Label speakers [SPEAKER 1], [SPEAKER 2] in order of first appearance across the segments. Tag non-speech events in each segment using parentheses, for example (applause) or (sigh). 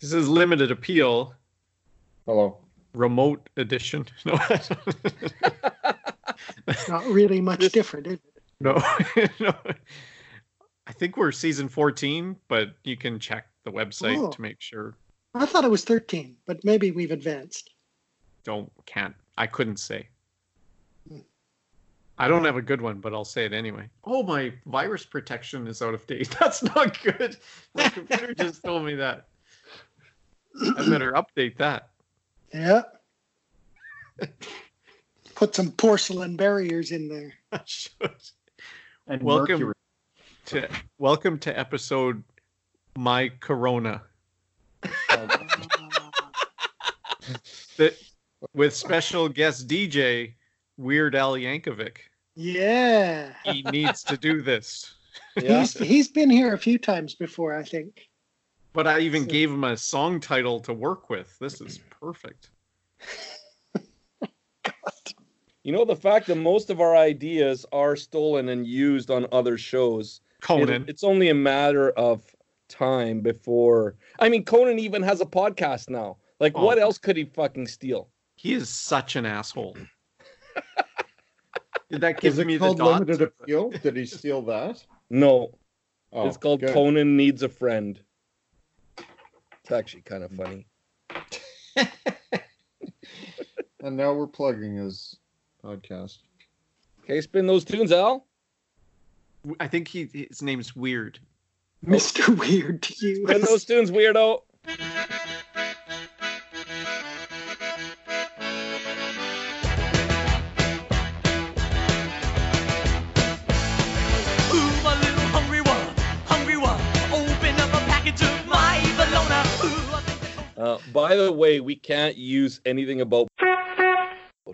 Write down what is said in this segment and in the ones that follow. [SPEAKER 1] This is limited appeal,
[SPEAKER 2] Hello.
[SPEAKER 1] remote edition. (laughs) No,
[SPEAKER 3] Not really much
[SPEAKER 1] This-
[SPEAKER 3] different. Is it?
[SPEAKER 1] no, (laughs) no. I think we're season 14, but you can check the website
[SPEAKER 3] Oh.
[SPEAKER 1] to make sure.
[SPEAKER 3] I thought it was 13, but maybe we've advanced.
[SPEAKER 1] Don't can't. I couldn't say. I don't have a good one, but I'll say it anyway. Oh, my virus protection is out of date. (laughs) That's not good. My computer just told me that. I better update that. (laughs)
[SPEAKER 3] Yeah. Put some porcelain barriers in there.
[SPEAKER 1] I should.
[SPEAKER 2] And
[SPEAKER 1] Welcome.
[SPEAKER 2] Mercury.
[SPEAKER 1] to welcome to episode my corona (laughs) that with special guest dj weird al yankovic
[SPEAKER 3] yeah.
[SPEAKER 1] he needs to do this
[SPEAKER 2] Yeah.
[SPEAKER 3] He's he's been here a few times before, I think.
[SPEAKER 1] but i even gave him a song title to work with this is perfect
[SPEAKER 4] (laughs) You know the fact that most of our ideas are stolen and used on other shows.
[SPEAKER 2] Oh,
[SPEAKER 4] It-
[SPEAKER 1] conan
[SPEAKER 4] it's only a matter of time before. I mean, Conan even has a podcast now. Like,
[SPEAKER 1] Oh.
[SPEAKER 4] what else could he fucking steal?
[SPEAKER 1] he is such an asshole Did that give
[SPEAKER 2] (laughs) Is
[SPEAKER 1] me
[SPEAKER 2] it
[SPEAKER 1] the
[SPEAKER 2] called limited
[SPEAKER 1] dots?
[SPEAKER 2] appeal? Did he steal
[SPEAKER 1] (laughs)
[SPEAKER 2] that?
[SPEAKER 4] No,
[SPEAKER 2] Oh,
[SPEAKER 4] it's called
[SPEAKER 2] good.
[SPEAKER 4] Conan Needs a Friend. It's actually kind of funny.
[SPEAKER 2] And now we're plugging his
[SPEAKER 1] (laughs)
[SPEAKER 2] podcast.
[SPEAKER 4] Okay, spin those tunes, Al.
[SPEAKER 1] I think he his name's weird.
[SPEAKER 3] Mr. Weird to you.
[SPEAKER 4] Spin
[SPEAKER 2] (laughs)
[SPEAKER 4] those tunes, weirdo.
[SPEAKER 5] Ooh, a little hungry one, hungry one. Open up a package of my bologna. Ooh, I think it's-
[SPEAKER 4] Uh, by the way, we can't use anything about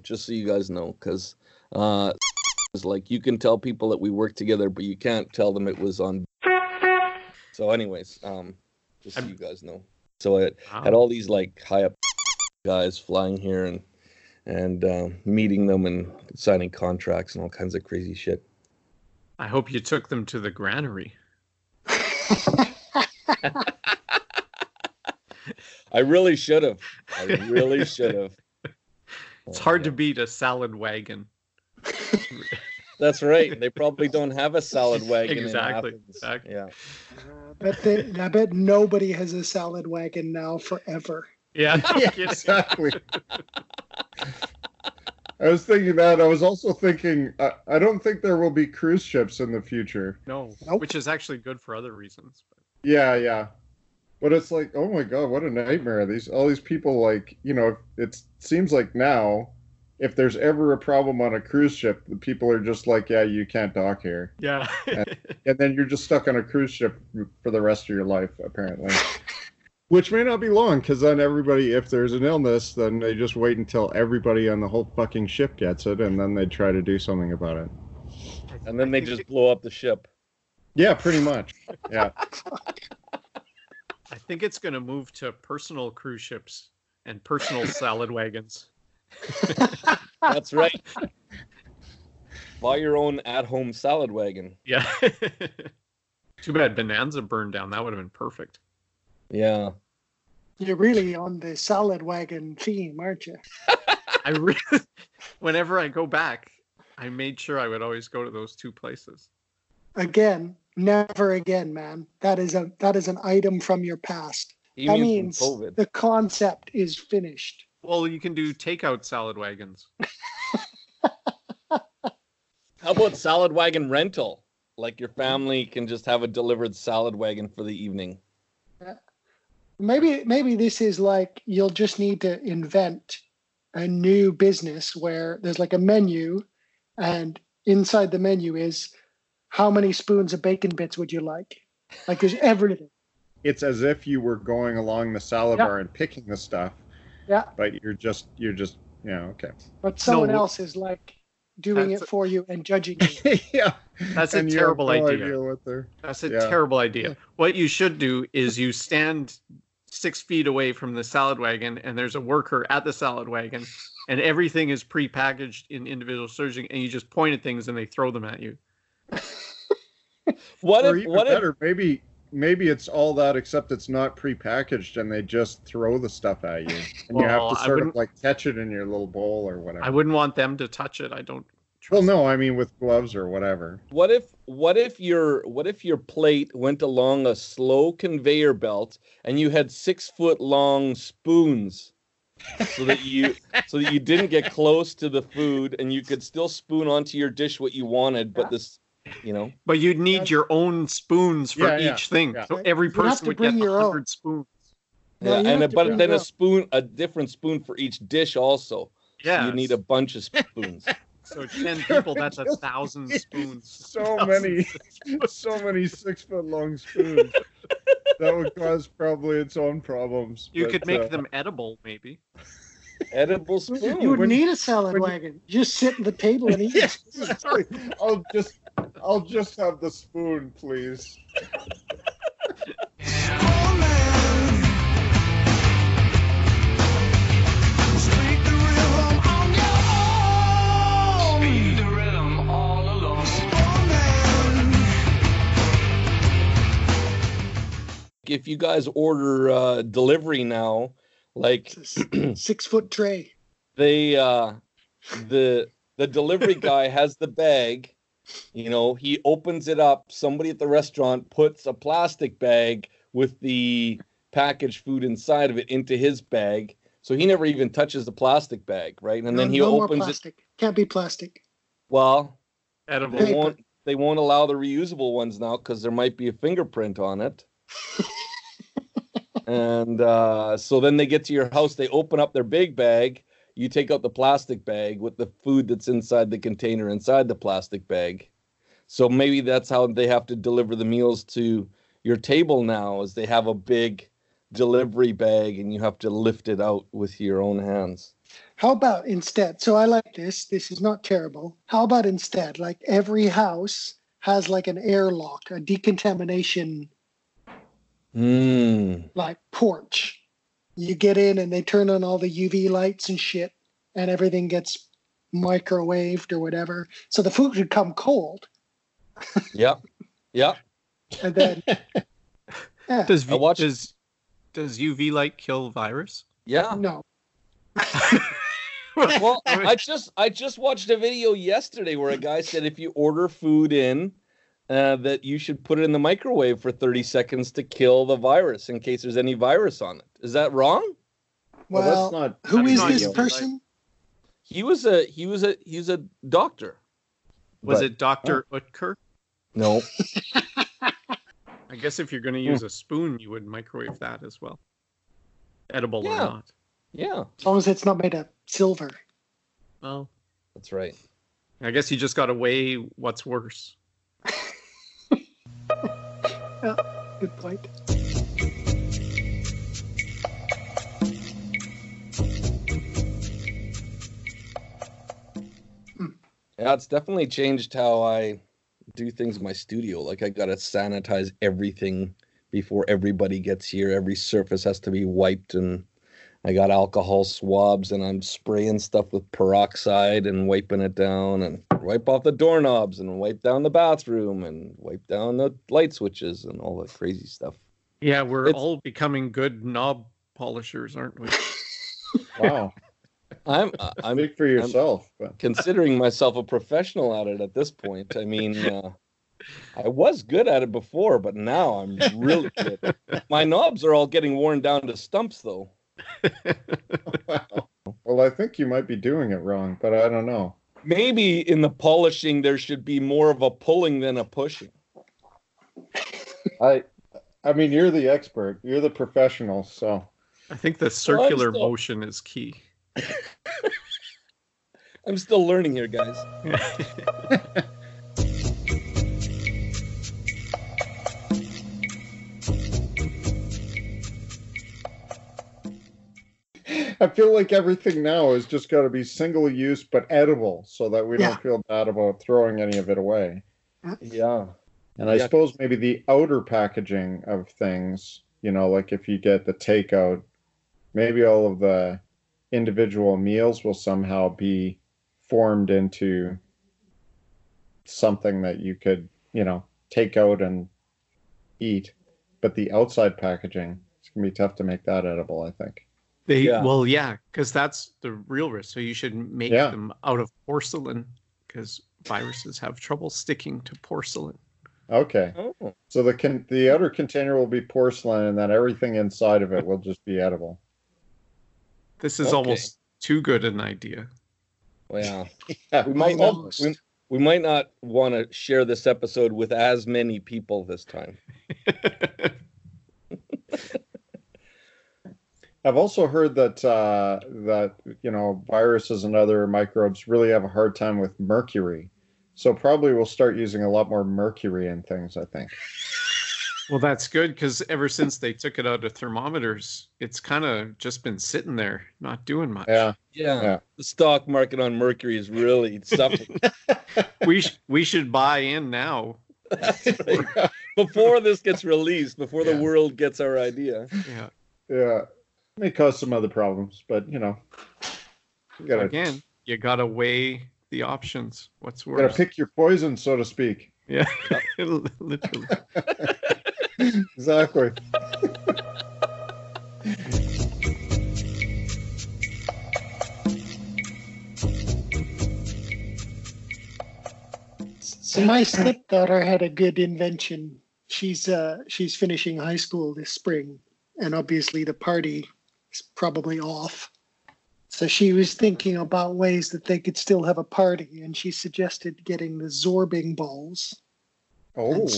[SPEAKER 4] just so you guys know, because uh, it's like you can tell people that we work together, but you can't tell them it was on. So, anyways, um, just so
[SPEAKER 1] I'm- Oh.
[SPEAKER 4] you guys know. So I had all these like high up guys flying here and and um, meeting them and signing contracts and all kinds of crazy shit.
[SPEAKER 1] I hope you took them to the granary.
[SPEAKER 4] I really should have. I
[SPEAKER 1] (laughs)
[SPEAKER 4] really should have. Oh,
[SPEAKER 1] It's hard to beat a salad wagon.
[SPEAKER 4] That's right. They probably don't have a
[SPEAKER 2] (laughs)
[SPEAKER 4] salad wagon. in
[SPEAKER 1] Exactly,
[SPEAKER 4] Athens.
[SPEAKER 1] exactly.
[SPEAKER 4] Yeah.
[SPEAKER 3] I bet, they, I bet nobody has a salad wagon now forever.
[SPEAKER 1] Yeah,
[SPEAKER 2] Yeah,
[SPEAKER 1] (laughs) yes.
[SPEAKER 2] exactly. I was thinking that. I was also thinking, I, I don't think there will be cruise ships in the future.
[SPEAKER 1] No,
[SPEAKER 3] Nope.
[SPEAKER 1] which is actually good for other reasons.
[SPEAKER 2] Yeah, yeah. But it's like, oh my god, what a nightmare. These all these people like, you know, it seems like now if there's ever a problem on a cruise ship, the people are just like, yeah, you can't dock here.
[SPEAKER 1] (laughs) Yeah.
[SPEAKER 2] And then you're just stuck on a cruise ship for the rest of your life
[SPEAKER 3] (laughs)
[SPEAKER 2] apparently. Which may not be long cuz then everybody if there's an illness, then they just wait until everybody on the whole fucking ship gets it and then they try to do something about it.
[SPEAKER 4] And then they just blow up the ship.
[SPEAKER 2] Yeah, pretty much. Yeah.
[SPEAKER 1] I think it's going to move to personal cruise ships and
[SPEAKER 4] (laughs)
[SPEAKER 1] personal salad wagons.
[SPEAKER 2] (laughs)
[SPEAKER 4] That's right. Buy your own at-home salad wagon.
[SPEAKER 1] Yeah. (laughs) Too bad Bonanza burned down. That would have been perfect.
[SPEAKER 4] Yeah.
[SPEAKER 3] You're really on the salad wagon theme, aren't you?
[SPEAKER 1] I really, (laughs) whenever I go back, I made sure I would always go to those two places.
[SPEAKER 3] Again, never again, man. That is a that is an item from your past.
[SPEAKER 4] He
[SPEAKER 3] that
[SPEAKER 4] means
[SPEAKER 3] means
[SPEAKER 4] from COVID.
[SPEAKER 3] the concept is finished.
[SPEAKER 1] Well, you can do takeout salad wagons.
[SPEAKER 4] How about salad wagon rental? Like your family can just have a delivered salad wagon for the evening.
[SPEAKER 3] Maybe maybe this is like you'll just need to invent a new business where there's like a menu and inside the menu is how many spoons of bacon bits would you like? Like there's everything.
[SPEAKER 2] it's as if you were going along the salad
[SPEAKER 3] Yeah.
[SPEAKER 2] bar and picking the stuff.
[SPEAKER 3] Yeah.
[SPEAKER 2] But you're just you're just
[SPEAKER 3] (laughs)
[SPEAKER 2] yeah okay.
[SPEAKER 3] But someone
[SPEAKER 1] No.
[SPEAKER 3] else is like doing
[SPEAKER 1] That's-
[SPEAKER 3] it for you and judging
[SPEAKER 1] (laughs)
[SPEAKER 3] you.
[SPEAKER 2] yeah. (laughs)
[SPEAKER 1] That's a
[SPEAKER 2] And you have
[SPEAKER 1] terrible
[SPEAKER 2] no
[SPEAKER 1] idea.
[SPEAKER 2] what they're-
[SPEAKER 1] That's a
[SPEAKER 2] Yeah.
[SPEAKER 1] terrible idea. What you should do is you stand six feet away from the salad wagon, and there's a worker at the salad wagon, and everything is prepackaged in individual surgery, and you just point at things and they throw them at you.
[SPEAKER 4] What
[SPEAKER 2] or
[SPEAKER 4] if
[SPEAKER 2] even
[SPEAKER 4] what if
[SPEAKER 2] better, maybe maybe it's all that except it's not prepackaged and they just throw the stuff at you and you have
[SPEAKER 1] Well,
[SPEAKER 2] to
[SPEAKER 1] I
[SPEAKER 2] sort of
[SPEAKER 1] wouldn't-
[SPEAKER 2] like catch it in your little bowl or whatever.
[SPEAKER 1] I wouldn't want them to touch it. I don't.
[SPEAKER 2] well, no, I mean with gloves or whatever.
[SPEAKER 4] What if what if your what if your plate went along a slow conveyor belt and you had six foot long spoons so that you so that you didn't get close to the food and you could still spoon onto your dish what you wanted, but this you know
[SPEAKER 1] But you'd need
[SPEAKER 2] That's-
[SPEAKER 1] your own spoons for
[SPEAKER 2] Yeah, yeah,
[SPEAKER 1] each thing.
[SPEAKER 2] yeah.
[SPEAKER 1] So every
[SPEAKER 3] You'd have
[SPEAKER 1] person
[SPEAKER 3] to
[SPEAKER 1] would
[SPEAKER 3] bring
[SPEAKER 1] get
[SPEAKER 3] your own.
[SPEAKER 1] 100 spoons.
[SPEAKER 3] No,
[SPEAKER 4] yeah,
[SPEAKER 3] you have
[SPEAKER 4] and a,
[SPEAKER 3] to
[SPEAKER 4] but
[SPEAKER 3] bring
[SPEAKER 4] then
[SPEAKER 3] your
[SPEAKER 4] a
[SPEAKER 3] own.
[SPEAKER 4] spoon a different spoon for each dish also.
[SPEAKER 1] Yeah.
[SPEAKER 4] You need a bunch of spoons.
[SPEAKER 1] So 10 people, that's a
[SPEAKER 2] (laughs)
[SPEAKER 1] thousand spoons. (laughs)
[SPEAKER 2] So many, so many six foot long spoons. that would cause probably its own problems.
[SPEAKER 1] You
[SPEAKER 2] but,
[SPEAKER 1] could make
[SPEAKER 2] uh,
[SPEAKER 1] them edible, maybe.
[SPEAKER 4] Edible spoon.
[SPEAKER 3] You would
[SPEAKER 2] when-
[SPEAKER 3] need a salad
[SPEAKER 2] when-
[SPEAKER 3] wagon. Just sit at the table and
[SPEAKER 1] (laughs)
[SPEAKER 3] eat.
[SPEAKER 2] Yes, (laughs) sorry. I'll just, I'll just have the spoon, please.
[SPEAKER 4] if you guys order uh, delivery now, like
[SPEAKER 3] It's a s- six foot tray.
[SPEAKER 4] they uh, the
[SPEAKER 3] (laughs)
[SPEAKER 4] the delivery guy has the bag, you know, he opens it up. Somebody at the restaurant puts a plastic bag with the packaged food inside of it into his bag, so he never even touches the plastic bag, right? And then
[SPEAKER 3] No-
[SPEAKER 4] he
[SPEAKER 3] no more
[SPEAKER 4] opens it.
[SPEAKER 3] plastic. Can't be plastic.
[SPEAKER 4] Well,
[SPEAKER 1] Edible.
[SPEAKER 4] they
[SPEAKER 3] Paper.
[SPEAKER 4] won't they won't allow the reusable ones now because there might be a fingerprint on it and uh, so then they get to your house they open up their big bag you take out the plastic bag with the food that's inside the container inside the plastic bag so maybe that's how they have to deliver the meals to your table now is they have a big delivery bag and you have to lift it out with your own hands
[SPEAKER 3] How about instead? So I like this. This is not terrible. How about instead? Like every house has like an airlock, a decontamination
[SPEAKER 4] Hmm.
[SPEAKER 3] like porch. You get in and they turn on all the UV lights and shit, and everything gets microwaved or whatever. So the food would come cold,
[SPEAKER 4] yeah yeah
[SPEAKER 3] and then yeah,
[SPEAKER 1] Does,
[SPEAKER 4] I watched-
[SPEAKER 1] does, does UV light kill (laughs) virus?
[SPEAKER 4] yeah
[SPEAKER 3] no,
[SPEAKER 1] (laughs)
[SPEAKER 4] well, I just I just watched a video yesterday where a guy said if you order food in, uh, that you should put it in the microwave for 30 seconds to kill the virus in case there's any virus on it. Is that wrong?
[SPEAKER 3] well,
[SPEAKER 2] not.
[SPEAKER 3] who
[SPEAKER 1] that's
[SPEAKER 3] is
[SPEAKER 1] not
[SPEAKER 3] this
[SPEAKER 1] UV light.
[SPEAKER 3] person?
[SPEAKER 4] He was a he was a he's a doctor.
[SPEAKER 1] Was
[SPEAKER 4] But-
[SPEAKER 1] it Dr. Utker?
[SPEAKER 4] No.
[SPEAKER 1] I guess if you're going to use a spoon, you would microwave that as well. Edible or
[SPEAKER 4] Yeah.
[SPEAKER 1] not.
[SPEAKER 4] Yeah,
[SPEAKER 3] As long as it's not made of silver.
[SPEAKER 1] Well,
[SPEAKER 4] that's right.
[SPEAKER 1] I guess you just got to weigh what's worse.
[SPEAKER 3] Good point.
[SPEAKER 4] Yeah, it's definitely changed how I do things in my studio. Like I gotta sanitize everything before everybody gets here. Every surface has to be wiped and I got alcohol swabs and I'm spraying stuff with peroxide and wiping it down and wipe off the doorknobs and wipe down the bathroom and wipe down the light switches and all that crazy stuff.
[SPEAKER 1] Yeah, we're
[SPEAKER 4] It's-
[SPEAKER 1] all becoming good knob polishers, aren't we?
[SPEAKER 2] Wow,
[SPEAKER 4] I'm uh, I'm
[SPEAKER 2] speak for yourself. But
[SPEAKER 4] considering myself a professional at it at this point. I mean, uh, I was good at it before, but now I'm really good. My knobs are all getting worn down to stumps, though.
[SPEAKER 2] wow. Well, I think you might be doing it wrong, but I don't know.
[SPEAKER 4] Maybe in the polishing, there should be more of a pulling than a pushing.
[SPEAKER 2] I, I mean, you're the expert. You're the professional. So
[SPEAKER 1] I think (laughs) the circular
[SPEAKER 4] still-
[SPEAKER 1] motion is key.
[SPEAKER 4] I'm still learning here, guys.
[SPEAKER 2] I feel like everything now is just got to be single use but edible, so that we
[SPEAKER 3] Yeah.
[SPEAKER 2] don't feel bad about throwing any of it away.
[SPEAKER 4] Yeah.
[SPEAKER 2] And I
[SPEAKER 4] Yeah.
[SPEAKER 2] suppose maybe the outer packaging of things, you know, like if you get the takeout, maybe all of the individual meals will somehow be formed into something that you could, you know, take out and eat. but the outside packaging it's gonna be tough to make that edible. I think.
[SPEAKER 1] They
[SPEAKER 4] Yeah.
[SPEAKER 1] well, yeah, because that's the real risk. So you should make
[SPEAKER 2] Yeah.
[SPEAKER 1] them out of porcelain because viruses have trouble sticking to porcelain.
[SPEAKER 2] Okay,
[SPEAKER 4] Oh,
[SPEAKER 2] so the con- the outer container will be porcelain, and then everything inside of it will just be edible.
[SPEAKER 1] This is
[SPEAKER 4] Okay.
[SPEAKER 1] almost too good an idea.
[SPEAKER 4] yeah.
[SPEAKER 2] Yeah,
[SPEAKER 4] We might not,
[SPEAKER 3] Almost.
[SPEAKER 4] we, we might not want to share this episode with as many people this time.
[SPEAKER 2] I've also heard that uh, that you know viruses and other microbes really have a hard time with mercury, so probably we'll start using a lot more mercury in things. I think.
[SPEAKER 1] Well, that's good because ever since they took it out of thermometers, it's kind of just been sitting there, not doing much.
[SPEAKER 2] Yeah,
[SPEAKER 4] Yeah.
[SPEAKER 2] Yeah.
[SPEAKER 4] The stock market on Mercury is (laughs) really suffering.
[SPEAKER 1] We sh- we should buy in now.
[SPEAKER 4] before this gets released, before
[SPEAKER 1] Yeah.
[SPEAKER 4] the world gets our idea.
[SPEAKER 1] Yeah.
[SPEAKER 2] yeah, it may cause some other problems, but you know, you gotta
[SPEAKER 1] Again, you gotta weigh the options. What's
[SPEAKER 2] you gotta
[SPEAKER 1] worse?
[SPEAKER 2] pick your poison, so to speak.
[SPEAKER 1] yeah. (laughs) Literally.
[SPEAKER 2] Exactly.
[SPEAKER 3] So my stepdaughter had a good invention. She's uh, she's finishing high school this spring, and obviously the party is probably off. So she was thinking about ways that they could still have a party, and she suggested getting the zorbing balls
[SPEAKER 2] Oh,
[SPEAKER 3] and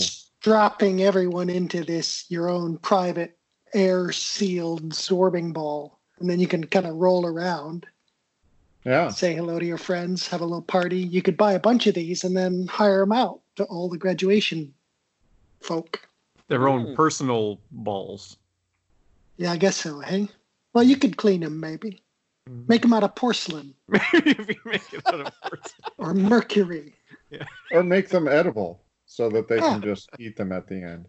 [SPEAKER 3] dropping everyone into this your own private air sealed zorbing ball, and then you can kind of roll around
[SPEAKER 2] yeah.
[SPEAKER 3] say hello to your friends, have a little party. You could buy a bunch of these and then hire them out to all the graduation folk.
[SPEAKER 1] Their own
[SPEAKER 4] Hmm.
[SPEAKER 1] personal balls.
[SPEAKER 3] Yeah, I guess so, hey? Well, you could clean them maybe.
[SPEAKER 1] (laughs)
[SPEAKER 3] Make them out of porcelain
[SPEAKER 1] if you make it out of porcelain.
[SPEAKER 3] or mercury.
[SPEAKER 2] Or make them edible so that they can
[SPEAKER 3] Yeah.
[SPEAKER 2] just eat them at the end,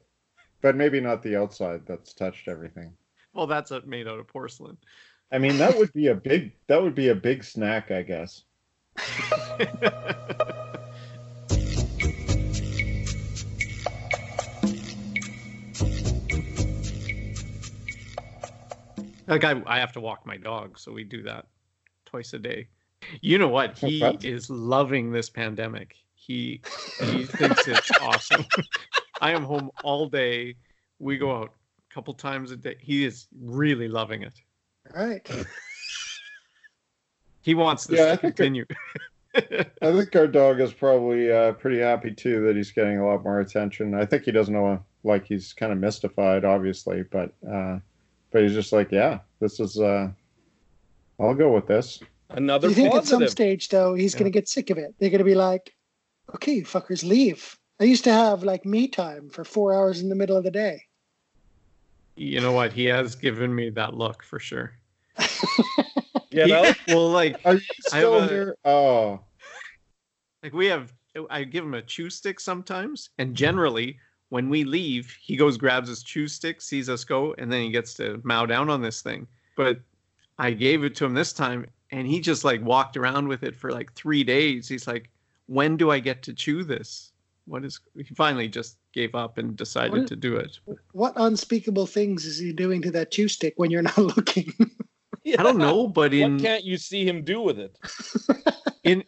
[SPEAKER 2] but maybe not the outside that's touched everything.
[SPEAKER 1] Well, that's uh, made out of porcelain.
[SPEAKER 2] I mean, that would be a big that would be a big snack, I guess.
[SPEAKER 1] (laughs) Like I, I have to walk my dog, so we do that twice a day. You know what? He
[SPEAKER 2] What?
[SPEAKER 1] is loving this pandemic. He he thinks
[SPEAKER 2] (laughs)
[SPEAKER 1] it's awesome. I am home all day. We go out a couple times a day. He is really loving it.
[SPEAKER 3] All right.
[SPEAKER 1] He wants this
[SPEAKER 2] Yeah, I
[SPEAKER 1] to
[SPEAKER 2] think it-
[SPEAKER 1] continue.
[SPEAKER 2] I think our dog is probably uh, pretty happy too that he's getting a lot more attention. I think he doesn't know, like he's kind of mystified, obviously, but uh, but he's just like, yeah, this is. Uh, I'll go with this.
[SPEAKER 4] Another
[SPEAKER 3] Do you think at some
[SPEAKER 4] positive.
[SPEAKER 3] stage, though, he's
[SPEAKER 1] Yeah.
[SPEAKER 3] going to get sick of it? They're going to be like, okay, you fuckers, leave. I used to have like me time for four hours in the middle of the day.
[SPEAKER 1] you know what? He has given me that look for sure.
[SPEAKER 4] Get out.
[SPEAKER 1] Well, like
[SPEAKER 2] Are you
[SPEAKER 1] I have
[SPEAKER 2] still
[SPEAKER 1] a-
[SPEAKER 2] here? Oh,
[SPEAKER 1] like we have I give him a chew stick sometimes, and generally when we leave, he goes grabs his chew stick, sees us go, and then he gets to mow down on this thing. But I gave it to him this time, and he just like walked around with it for like three days. He's like, "When do I get to chew this? What is?" He finally just gave up and decided
[SPEAKER 3] What-
[SPEAKER 1] to do it.
[SPEAKER 3] What unspeakable things is he doing to that chew stick when you're not (laughs)
[SPEAKER 4] (laughs)
[SPEAKER 3] looking?
[SPEAKER 1] (laughs) I don't know, but in
[SPEAKER 4] What can't you see him do with it?
[SPEAKER 1] in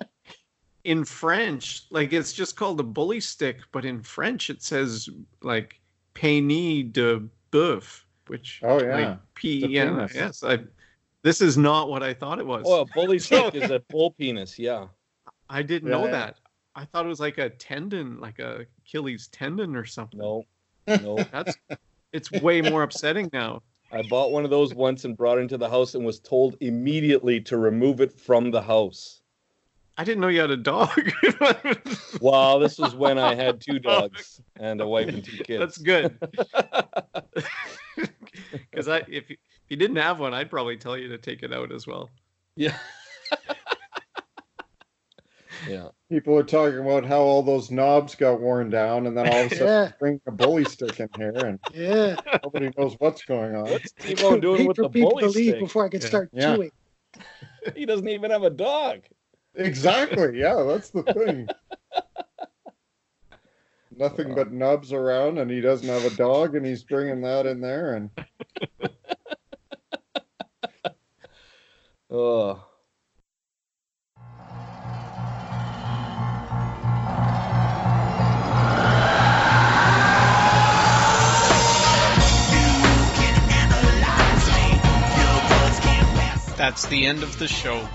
[SPEAKER 1] in French, like it's just called a bully stick, but in French it says like penis de bœuf, which
[SPEAKER 2] oh yeah.
[SPEAKER 1] like P
[SPEAKER 2] the
[SPEAKER 1] E N I S.
[SPEAKER 2] penis.
[SPEAKER 1] I this is not what I thought it was.
[SPEAKER 4] Oh, a bully stick is a bull penis. Yeah.
[SPEAKER 1] I didn't
[SPEAKER 2] Yeah,
[SPEAKER 1] know
[SPEAKER 2] yeah.
[SPEAKER 1] that. I thought it was like a tendon, like a Achilles tendon or something.
[SPEAKER 4] No. No.
[SPEAKER 1] That's it's way more upsetting now.
[SPEAKER 4] I bought one of those once and brought it into the house and was told immediately to remove it from the house.
[SPEAKER 1] I didn't know you had a dog. (laughs)
[SPEAKER 4] Wow, this was when I had two dogs and a wife and two
[SPEAKER 1] Oh,
[SPEAKER 4] kids.
[SPEAKER 1] That's
[SPEAKER 2] (laughs)
[SPEAKER 1] good. (laughs) Because I, if you, if you didn't have one, I'd probably tell you to take it out as well.
[SPEAKER 4] Yeah.
[SPEAKER 1] (laughs)
[SPEAKER 4] yeah.
[SPEAKER 2] People are talking about how all those knobs got worn down, and then all of a sudden
[SPEAKER 3] yeah,
[SPEAKER 2] bring a bully stick in here, and
[SPEAKER 3] yeah.
[SPEAKER 2] nobody knows what's going on.
[SPEAKER 4] What's T-Bone doing with the
[SPEAKER 3] Repeat
[SPEAKER 4] bully
[SPEAKER 3] lead
[SPEAKER 4] stick?
[SPEAKER 3] before I could
[SPEAKER 1] Yeah.
[SPEAKER 3] start
[SPEAKER 2] Yeah.
[SPEAKER 3] chewing.
[SPEAKER 4] He doesn't even have a dog.
[SPEAKER 2] Exactly. Yeah, that's the thing. nothing but nubs around, and he doesn't have a dog, and he's bringing that in there, and
[SPEAKER 4] Oh.
[SPEAKER 1] That's the end of the show.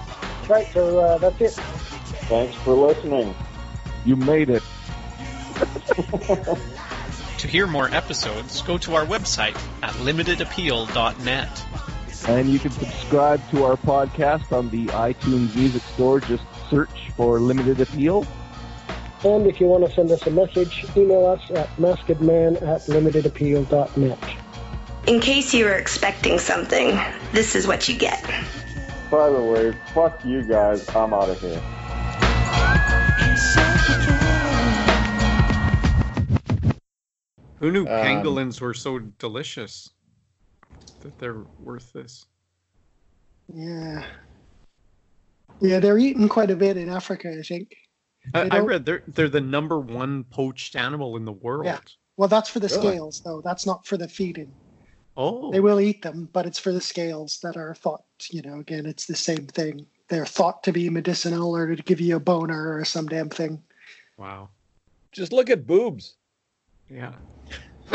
[SPEAKER 3] Right, so uh, that's it.
[SPEAKER 2] thanks for listening.
[SPEAKER 6] You made it.
[SPEAKER 1] To hear more episodes, go to our website at limitedappeal.net.
[SPEAKER 6] And you can subscribe to our podcast on the iTunes Music Store. Just search for Limited Appeal.
[SPEAKER 3] And if you want to send us a message, email us at maskedman at limitedappeal.net.
[SPEAKER 7] In case you were expecting something, this is what you get.
[SPEAKER 2] By the way, fuck you guys. I'm out of here.
[SPEAKER 1] Who knew
[SPEAKER 2] Um,
[SPEAKER 1] pangolins were so delicious that they're worth this?
[SPEAKER 3] Yeah. Yeah, they're eaten quite a bit in Africa, I think.
[SPEAKER 1] I,
[SPEAKER 3] They
[SPEAKER 1] I
[SPEAKER 3] don't-
[SPEAKER 1] read they're they're the number one poached animal in the world.
[SPEAKER 3] Yeah. Well, that's for the
[SPEAKER 2] Really?
[SPEAKER 3] scales, though. That's not for the feeding.
[SPEAKER 1] Oh,
[SPEAKER 3] They will eat them, but it's for the scales that are thought, you know, again, it's the same thing. They're thought to be medicinal or to give you a boner or some damn thing.
[SPEAKER 1] wow.
[SPEAKER 4] Just look at boobs.
[SPEAKER 1] Yeah. (laughs)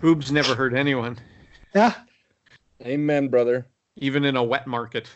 [SPEAKER 1] Boobs never hurt anyone,
[SPEAKER 3] Yeah.
[SPEAKER 4] Amen, brother.
[SPEAKER 1] even in a wet market.